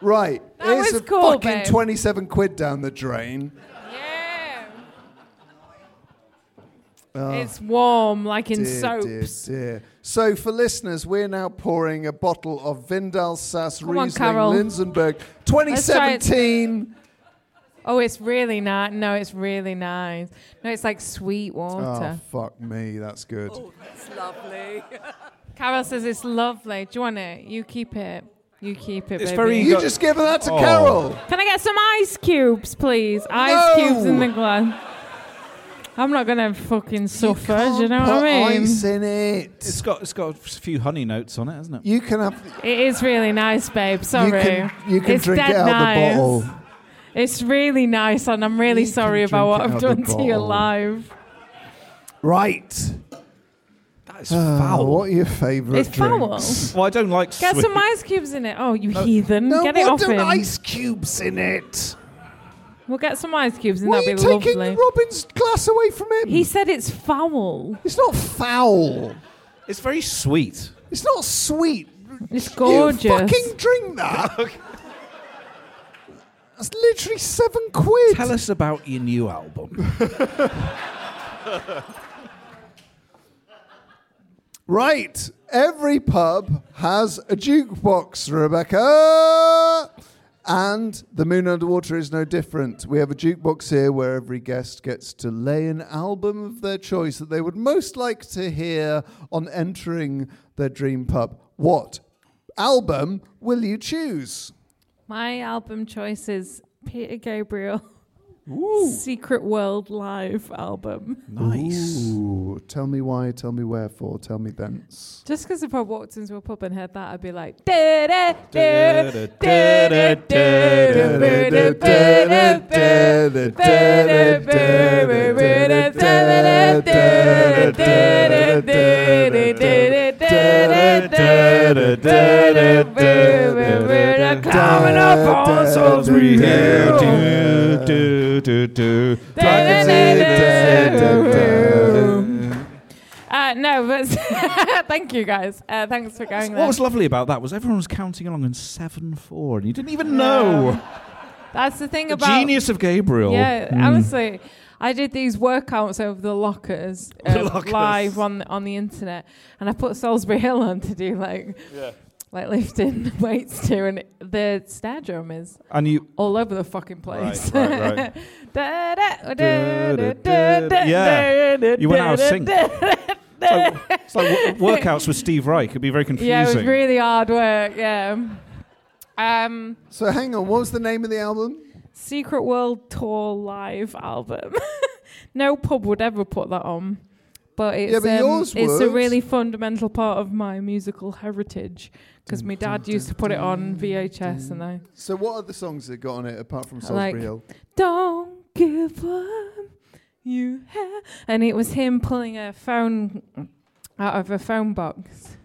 Speaker 1: Right,
Speaker 3: That
Speaker 1: here's
Speaker 3: was
Speaker 1: a
Speaker 3: cool,
Speaker 1: fucking
Speaker 3: babe.
Speaker 1: twenty-seven quid down the drain.
Speaker 3: Yeah. it's warm, like in
Speaker 1: Dear, dear,
Speaker 3: soaps.
Speaker 1: dear. So for listeners, we're now pouring a bottle of Vindal Sass
Speaker 3: Come on,
Speaker 1: Riesling
Speaker 3: Carol.
Speaker 1: Linsenberg
Speaker 3: try it.
Speaker 1: 2017.
Speaker 3: Oh, it's really nice. No, it's really nice. No, it's like sweet water.
Speaker 1: Oh, fuck me, that's good.
Speaker 2: Oh.
Speaker 3: Carol says it's lovely. Do you want it? You keep it. You keep it.
Speaker 2: It's
Speaker 3: baby.
Speaker 2: very-
Speaker 1: you
Speaker 2: got-
Speaker 1: just given that to
Speaker 2: Oh.
Speaker 1: Carol.
Speaker 3: Can I get some ice cubes, please? Ice cubes in the glass. I'm not gonna fucking suffer. do you know
Speaker 1: Put
Speaker 3: what I mean?
Speaker 1: ice in it.
Speaker 2: It's got, it's got a few honey notes on it, hasn't it?
Speaker 1: You can have.
Speaker 3: It is really nice, babe. Sorry.
Speaker 1: You can, you can
Speaker 3: it's
Speaker 1: drink
Speaker 3: dead
Speaker 1: it out
Speaker 3: nice.
Speaker 1: of the bottle.
Speaker 3: It's really nice, and I'm really
Speaker 1: You can
Speaker 3: sorry about
Speaker 1: drink
Speaker 3: what
Speaker 1: it
Speaker 3: I've
Speaker 1: out of
Speaker 3: done
Speaker 1: the
Speaker 3: to your
Speaker 1: bottle.
Speaker 3: life.
Speaker 1: Right.
Speaker 2: That is
Speaker 1: Uh,
Speaker 2: foul.
Speaker 1: What are your favourite
Speaker 3: It's foul.
Speaker 1: drinks?
Speaker 2: Well, I don't like
Speaker 3: Get
Speaker 2: sweet.
Speaker 3: some ice cubes in it. Oh, you heathen!
Speaker 1: No,
Speaker 3: get it
Speaker 1: what
Speaker 3: off
Speaker 1: do
Speaker 3: him.
Speaker 1: ice cubes in it?
Speaker 3: We'll get some ice cubes, and
Speaker 1: Why are you
Speaker 3: that'll be
Speaker 1: taking
Speaker 3: lovely.
Speaker 1: Robin's glass away from him?
Speaker 3: He said it's foul.
Speaker 1: it's not foul.
Speaker 2: It's very sweet.
Speaker 1: It's not sweet.
Speaker 3: It's gorgeous.
Speaker 1: You fucking drink that. That's literally seven quid.
Speaker 2: Tell us about your new album.
Speaker 1: Right. Every pub has a jukebox, Rebecca. And the moon underwater is no different. We have a jukebox here where every guest gets to lay an album of their choice that they would most like to hear on entering their dream pub. What album will you choose?
Speaker 3: My album choice is Peter Gabriel. Secret World Live album.
Speaker 2: nice.
Speaker 1: Ooh, tell me why, tell me wherefore, tell me thence.
Speaker 3: Just because if I walked into a pub and heard that, I'd be like, "Da-da, da, da-da, da-da, da-da, da-da, Coming up on Salisbury Hill. Uh, no, but thank you guys. Uh, thanks for going
Speaker 2: What
Speaker 3: there.
Speaker 2: was lovely about that was everyone was counting along in 7 4, and you didn't even know.
Speaker 3: That's the thing
Speaker 2: The
Speaker 3: about
Speaker 2: genius of Gabriel.
Speaker 3: Yeah,
Speaker 2: Mm.
Speaker 3: honestly, I did these workouts over the lockers,
Speaker 2: The
Speaker 3: uh,
Speaker 2: lockers.
Speaker 3: live on the, on the internet, and I put Salisbury Hill on to do like like lifting weights too, and the stair drum is
Speaker 2: And you.
Speaker 3: all over the fucking place.
Speaker 2: Right, right, right.
Speaker 3: Da, da, da, da, da, da,
Speaker 2: Yeah.
Speaker 3: da,
Speaker 2: You went out of
Speaker 3: da,
Speaker 2: sync.
Speaker 3: da, da.
Speaker 2: It's like, It's like wo- workouts with Steve Reich. It'd be very confusing.
Speaker 3: Yeah, it was really hard work. Yeah. Um,
Speaker 1: So hang on, what was the name of the album?
Speaker 3: Secret World Tour live album. no pub would ever put that on. But it's
Speaker 1: Yeah, but
Speaker 3: um,
Speaker 1: yours
Speaker 3: it's a
Speaker 1: would.
Speaker 3: really fundamental part of my musical heritage because my dad used to put it on VHS and I
Speaker 1: So what other songs that got on it apart from
Speaker 3: I
Speaker 1: Salisbury
Speaker 3: like-
Speaker 1: Hill?
Speaker 3: don't give up. You have, and it was him pulling a phone out of a phone box.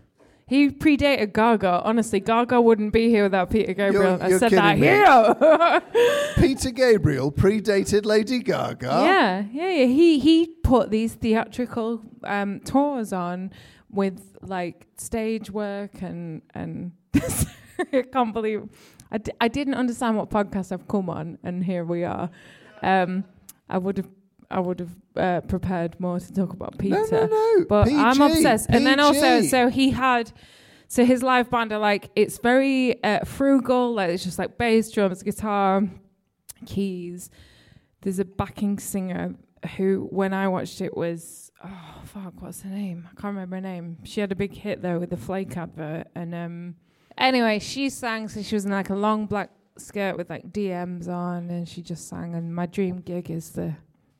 Speaker 3: He predated Gaga. Honestly, Gaga wouldn't be here without Peter Gabriel.
Speaker 1: you're
Speaker 3: I said that
Speaker 1: kidding me.
Speaker 3: here.
Speaker 1: Peter Gabriel predated Lady Gaga.
Speaker 3: Yeah, yeah, yeah. He he put these theatrical um, tours on with like stage work and and I can't believe I, d- I didn't understand what podcast I've come on, and here we are. Um, I would have I would have uh, prepared more to talk about Peter.
Speaker 1: No, no, no.
Speaker 3: But
Speaker 1: PG,
Speaker 3: I'm obsessed. And then also,
Speaker 1: PG.
Speaker 3: so he had, so his live band are like, it's very uh, frugal. Like it's just like bass, drums, guitar, keys. There's a backing singer who, when I watched it, was oh fuck, what's her name? I can't remember her name. She had a big hit though with the Flake advert, and um, anyway, she sang. So she was in like a long black skirt with like DMs on, and she just sang. And my dream gig is the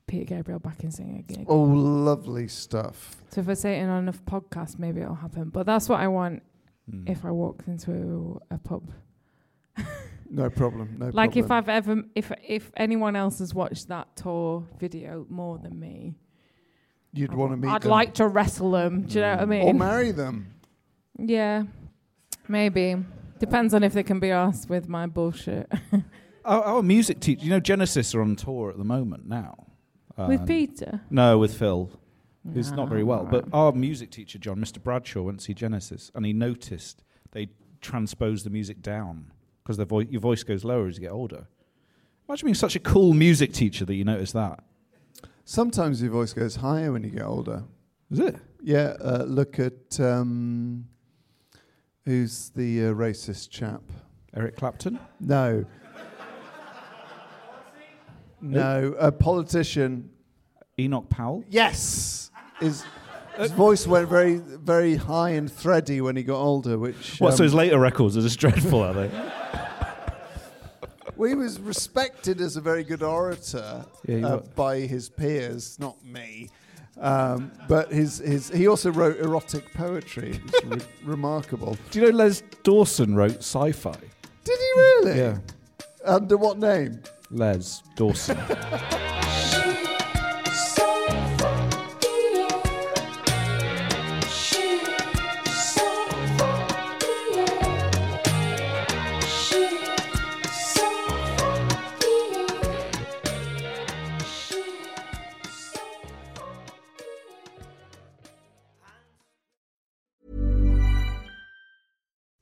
Speaker 3: Peter Gabriel backing singer gig.
Speaker 1: Oh, lovely stuff.
Speaker 3: So if I say it on enough podcasts, maybe it'll happen. But that's what I want
Speaker 2: Hmm.
Speaker 3: if I walked into a pub.
Speaker 1: No problem. No
Speaker 3: like if
Speaker 1: problem.
Speaker 3: I've ever, if if anyone else has watched that tour video more than me,
Speaker 1: you'd
Speaker 3: I'd-
Speaker 1: want to meet
Speaker 3: I'd
Speaker 1: them Mm.
Speaker 3: like to wrestle them. Do you know what I
Speaker 1: or
Speaker 3: mean?
Speaker 1: marry them.
Speaker 3: yeah, maybe. Depends on if they can be asked with my bullshit.
Speaker 2: Our, our music teacher, you know, Genesis are on tour at the moment now.
Speaker 3: with
Speaker 2: Um,
Speaker 3: Peter.
Speaker 2: No, with Phil, who's
Speaker 3: Nah,
Speaker 2: not very well. But
Speaker 3: alright.
Speaker 2: our music teacher, John, Mr. Bradshaw, went to see Genesis, and he noticed they transposed the music down because vo- your voice goes lower as you get older. Imagine being such a cool music teacher that you notice that.
Speaker 1: Sometimes your voice goes higher when you get older.
Speaker 2: Is it?
Speaker 1: Yeah, uh, look at um, who's the uh, racist chap?
Speaker 2: Eric Clapton?
Speaker 1: No. No, a politician.
Speaker 2: Enoch Powell?
Speaker 1: Yes, his,
Speaker 2: Uh,
Speaker 1: his voice went very, very high and thready when he got older, which
Speaker 2: What's
Speaker 1: um,
Speaker 2: those later records are just dreadful, are they?
Speaker 1: Well, he was respected as a very good orator
Speaker 2: Yeah, he
Speaker 1: uh,
Speaker 2: was.
Speaker 1: by his peers, not me. Um, but his, his, he also wrote erotic poetry. It's re- remarkable.
Speaker 2: Do you know Les Dawson wrote sci-fi?
Speaker 1: Did he really? Under what name?
Speaker 2: Les Dawson.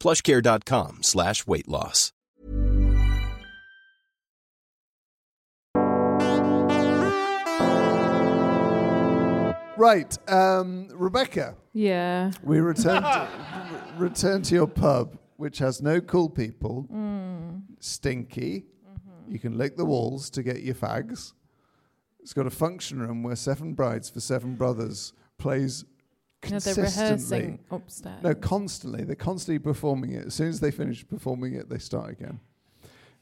Speaker 7: Plushcare.com slash weight loss.
Speaker 1: Right, um, Rebecca,
Speaker 3: Yeah.
Speaker 1: we return to, re- return to your pub, which has no cool people,
Speaker 3: Mm.
Speaker 1: stinky.
Speaker 3: Mm-hmm.
Speaker 1: You can lick the walls to get your fags. It's got a function room where Seven Brides for Seven Brothers plays
Speaker 3: No, they're
Speaker 1: consistently.
Speaker 3: rehearsing upstairs.
Speaker 1: No, constantly. They're constantly performing it. As soon as they finish performing it, they start again.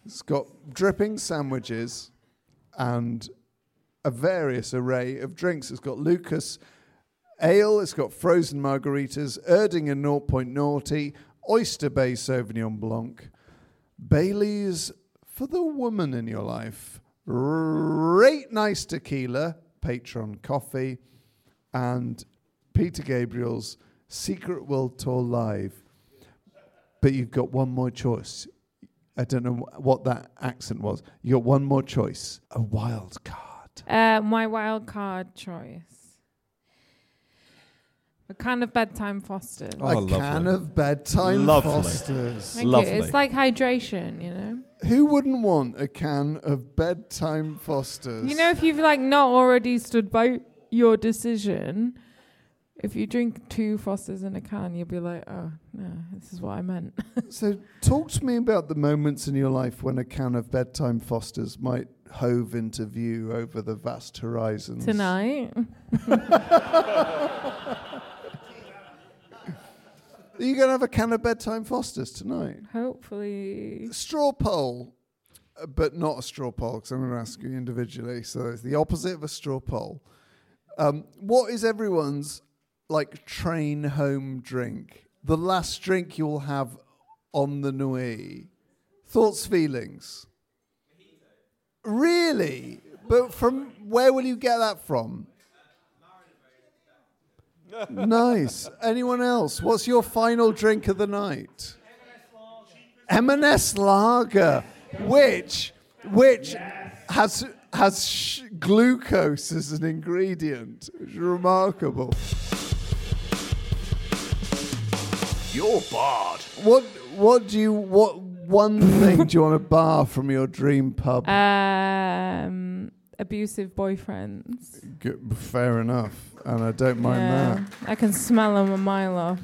Speaker 1: It's got dripping sandwiches and a various array of drinks. It's got Lucas ale, it's got frozen margaritas, Erdinger 0.0, Oyster Bay Sauvignon Blanc, Bailey's for the woman in your life, Rate Nice Tequila, Patron Coffee, and Peter Gabriel's Secret World Tour Live. But you've got one more choice. I don't know wh- what that accent was. You got one more choice a wild card.
Speaker 3: Uh, my wild card choice. A kind of bedtime Foster's.
Speaker 1: a
Speaker 2: Oh,
Speaker 1: can
Speaker 2: lovely.
Speaker 1: of bedtime
Speaker 2: Lovely.
Speaker 1: Fosters.
Speaker 3: Thank
Speaker 2: lovely.
Speaker 3: you. It's like hydration, you know.
Speaker 1: Who wouldn't want a can of bedtime Fosters?
Speaker 3: You know, if you've like not already stood by your decision, if you drink two Fosters in a can, you'll be like, oh no, this is what I meant.
Speaker 1: so talk to me about the moments in your life when a can of bedtime Fosters might hove into view over the vast horizons.
Speaker 3: Tonight,
Speaker 1: Are you going to have a can of bedtime Fosters tonight?
Speaker 3: hopefully.
Speaker 1: Straw poll, uh, but not a straw poll, because I'm going to ask you individually. So it's the opposite of a straw poll. Um, what is everyone's like train home drink? The last drink you'll have on the Nui? Thoughts, feelings? Really? But from where will you get that from? nice. Anyone else? What's your final drink of the night? M&S lager, which which has has sh- glucose as an ingredient. It's remarkable.
Speaker 8: You're barred.
Speaker 1: What what do you what one thing do you want to bar from your dream pub?
Speaker 3: Um, abusive boyfriends.
Speaker 1: Good, fair enough, and I don't mind that.
Speaker 3: I can smell them a mile off.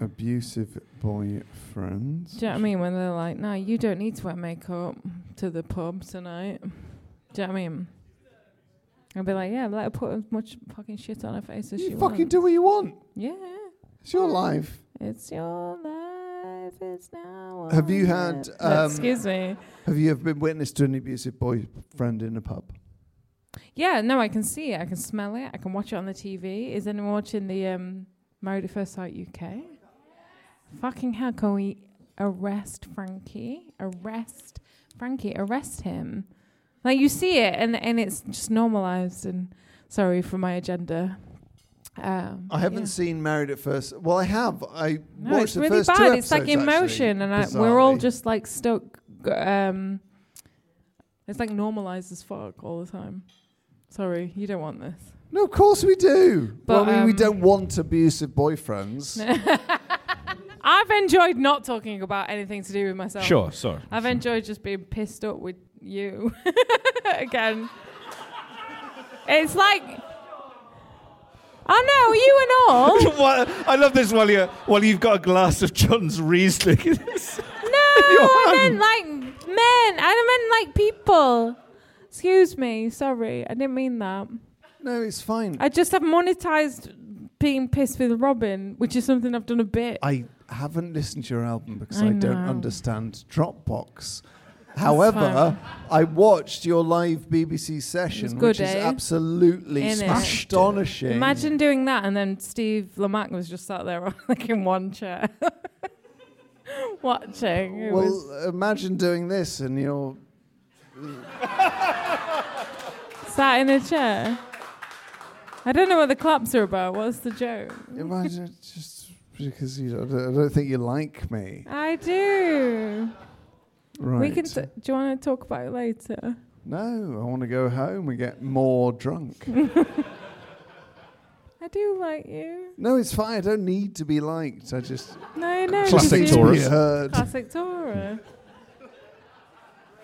Speaker 1: Abusive boyfriends.
Speaker 3: Do you know what I mean? When they're like, no, you don't need to wear makeup to the pub tonight. Do you know what I mean? I'll be like, yeah, let her put as much fucking shit on her face as
Speaker 1: You
Speaker 3: she
Speaker 1: fucking
Speaker 3: wants.
Speaker 1: do what you want.
Speaker 3: Yeah.
Speaker 1: It's your life.
Speaker 3: It's your life. It's now.
Speaker 1: Have
Speaker 3: or
Speaker 1: you had,
Speaker 3: never.
Speaker 1: um,
Speaker 3: Excuse me.
Speaker 1: Have you ever been witness to an abusive boyfriend in a pub?
Speaker 3: Yeah, no, I can see it. I can smell it. I can watch it on the TV. Is anyone watching the um, Married at First Sight UK? Fucking hell, can we arrest Frankie? Arrest Frankie. Arrest him. Like, you see it, and, and it's just normalized. And sorry for my agenda. Um,
Speaker 1: I
Speaker 3: but
Speaker 1: haven't
Speaker 3: yeah.
Speaker 1: seen Married at First. Well, I have. I
Speaker 3: No,
Speaker 1: watched
Speaker 3: it's
Speaker 1: the
Speaker 3: really
Speaker 1: first two
Speaker 3: bad. It's like
Speaker 1: episodes,
Speaker 3: emotion,
Speaker 1: actually,
Speaker 3: and I, we're all
Speaker 1: bizarrely.
Speaker 3: just like stuck. g- Um, it's like normalized as fuck all the time. Sorry, you don't want this.
Speaker 1: No, of course we do.
Speaker 3: But,
Speaker 1: well, I mean, we
Speaker 3: um,
Speaker 1: don't want abusive boyfriends.
Speaker 3: I've enjoyed not talking about anything to do with myself.
Speaker 2: Sure, sorry.
Speaker 3: I've enjoyed just being pissed up with you again. It's like, I know, you and all.
Speaker 2: What- I love this while you while you've got a glass of John's Riesling.
Speaker 3: No, I meant like men. I meant like people. Excuse me, sorry, I didn't mean that.
Speaker 1: no, it's fine. I,
Speaker 3: I just have monetized being pissed with Robin, which is something I've done a bit.
Speaker 1: haven't listened to your album because I,
Speaker 3: I
Speaker 1: don't
Speaker 3: know.
Speaker 1: understand Dropbox. However, I watched your live BBC session,
Speaker 3: good,
Speaker 1: which is
Speaker 3: eh?
Speaker 1: absolutely
Speaker 3: Innit?
Speaker 1: astonishing.
Speaker 3: Imagine doing that, and then Steve Lamack was just sat there, like in one chair, watching. It
Speaker 1: Well,
Speaker 3: was
Speaker 1: imagine doing this and you're
Speaker 3: sat in a chair. I don't know what the claps are about. What's the joke?
Speaker 1: imagine just because you don't, I don't think you like me.
Speaker 3: I do.
Speaker 1: Right.
Speaker 3: We can. T- do you want to talk about it later?
Speaker 1: No, I want to go home and get more drunk.
Speaker 3: I do like you.
Speaker 1: no, it's fine. I don't need to be liked. I just
Speaker 3: No, no.
Speaker 2: Classic
Speaker 3: you
Speaker 1: need
Speaker 3: do.
Speaker 1: to be
Speaker 2: Taurus.
Speaker 1: heard.
Speaker 3: Classic Taurus.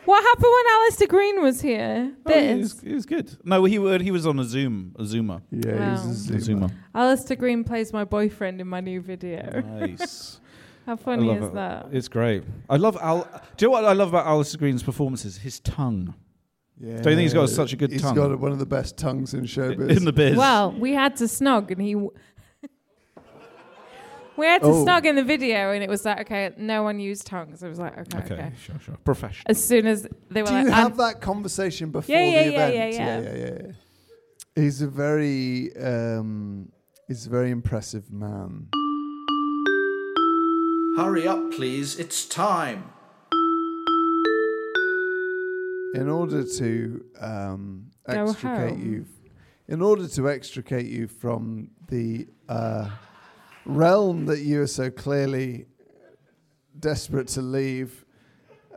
Speaker 3: What happened when Alistair Green was here?
Speaker 2: Oh, he
Speaker 3: This.
Speaker 2: was, he was good. No, he were, he was on a Zoom, a Zoomer.
Speaker 1: Yeah, he's a
Speaker 2: A
Speaker 1: zoomer.
Speaker 2: Zoomer.
Speaker 3: Alistair Green plays my boyfriend in my new video.
Speaker 2: Nice.
Speaker 3: How
Speaker 2: I
Speaker 3: funny
Speaker 2: love
Speaker 3: is
Speaker 2: it.
Speaker 3: that?
Speaker 2: It's great. I love Al. Do you know what I love about Alistair Green's performances? His tongue.
Speaker 1: Yeah.
Speaker 2: Don't you think he's got such a good tongue?
Speaker 1: He's got one of the best tongues in showbiz.
Speaker 2: In the biz.
Speaker 3: Well, we had to snog, and he. W- we had to
Speaker 1: Oh.
Speaker 3: snog in the video, and it was like, okay, no one used tongues. I was like, okay, okay.
Speaker 2: okay, sure, sure. Professional.
Speaker 3: As soon as they were
Speaker 1: Do
Speaker 3: like, um,
Speaker 1: you have
Speaker 3: "And-
Speaker 1: that conversation before
Speaker 3: Yeah, yeah,
Speaker 1: the
Speaker 3: yeah,
Speaker 1: event?
Speaker 3: yeah,
Speaker 1: yeah, yeah, yeah. He's a very, um, he's a very impressive man.
Speaker 8: Hurry up, please. It's time.
Speaker 1: In order to um,
Speaker 3: Go
Speaker 1: extricate
Speaker 3: home.
Speaker 1: you, in order to extricate you from the uh, realm that you are so clearly desperate to leave,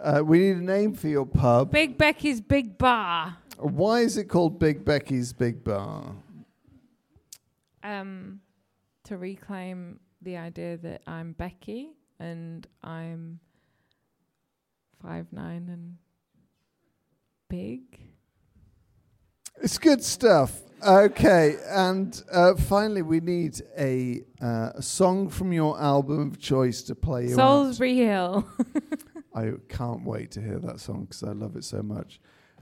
Speaker 1: uh, we need a name for your pub.
Speaker 3: Big Becky's Big Bar.
Speaker 1: Why is it called Big Becky's Big Bar?
Speaker 3: um, to reclaim the idea that I'm Becky and I'm five nine and big.
Speaker 1: It's good stuff. Okay, and uh, finally, we need a, uh, a song from your album of choice to play you out.
Speaker 3: Salisbury Hill.
Speaker 1: I can't wait to hear that song because I love it so much.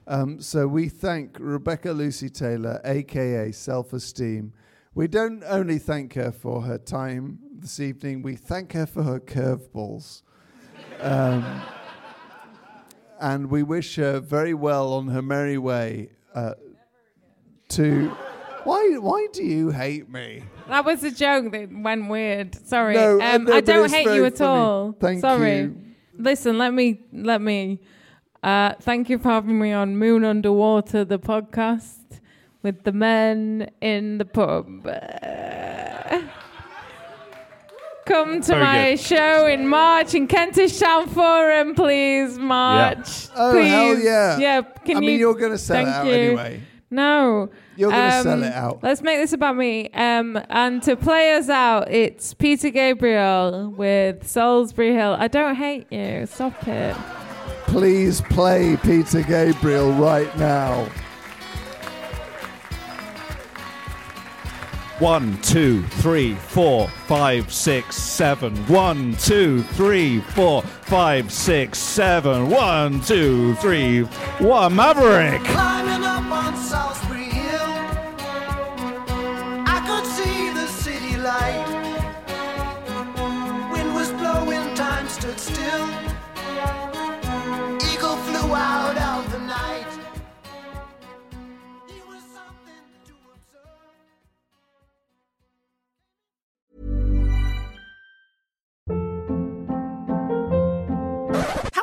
Speaker 1: Um, so we thank Rebecca Lucy Taylor, aka Self Esteem. We don't only thank her for her time this evening, we thank her for her curveballs. um, and we wish her very well on her merry way uh, to. Why, why do you hate me?
Speaker 3: that was a joke that went weird. Sorry.
Speaker 1: No, uh,
Speaker 3: um,
Speaker 1: no,
Speaker 3: I
Speaker 1: but
Speaker 3: don't
Speaker 1: it's
Speaker 3: hate
Speaker 1: very
Speaker 3: you at
Speaker 1: funny.
Speaker 3: all.
Speaker 1: Thank
Speaker 3: Sorry.
Speaker 1: you.
Speaker 3: Listen, let me let me uh, thank you for having me on Moon Underwater, the podcast with the men in the pub. Uh, Come to
Speaker 2: Very
Speaker 3: my
Speaker 2: good.
Speaker 3: show in March in Kentish Town Forum, please. March.
Speaker 1: Oh,
Speaker 3: please.
Speaker 1: hell yeah.
Speaker 3: Yeah, can
Speaker 1: I
Speaker 3: you?
Speaker 1: mean, you're going to sell
Speaker 3: thank
Speaker 1: it out
Speaker 3: you.
Speaker 1: anyway.
Speaker 3: No. Um,
Speaker 1: You're going to sell it out.
Speaker 3: Let's make this about me. Um, and to play us out, it's Peter Gabriel with Salisbury Hill. I don't hate you. Stop it.
Speaker 1: Please play Peter Gabriel right now.
Speaker 2: One, two, three, four, five, six, seven. One, two, three, four, five, six, seven. One, two, three. What a maverick!
Speaker 8: Climbing up on Salisbury Hill, I could see the city light. Wind was blowing, time stood still. Eagle flew out of the night. It was something to observe.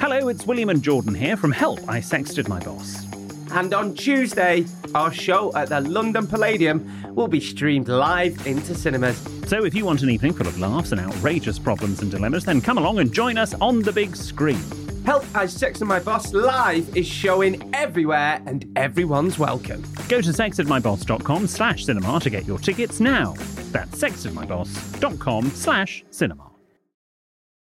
Speaker 9: Hello, it's William and Jordan here from Help I Sexted My Boss.
Speaker 10: And on Tuesday, our show at the London Palladium will be streamed live into cinemas.
Speaker 9: So, if you want an evening full of laughs and outrageous problems and dilemmas, then come along and join us on the big screen.
Speaker 10: Help as Sex and My Boss Live is showing everywhere and everyone's welcome.
Speaker 9: Go to sexedmyboss.com slash cinema to get your tickets now. That's sexedmyboss.com slash cinema.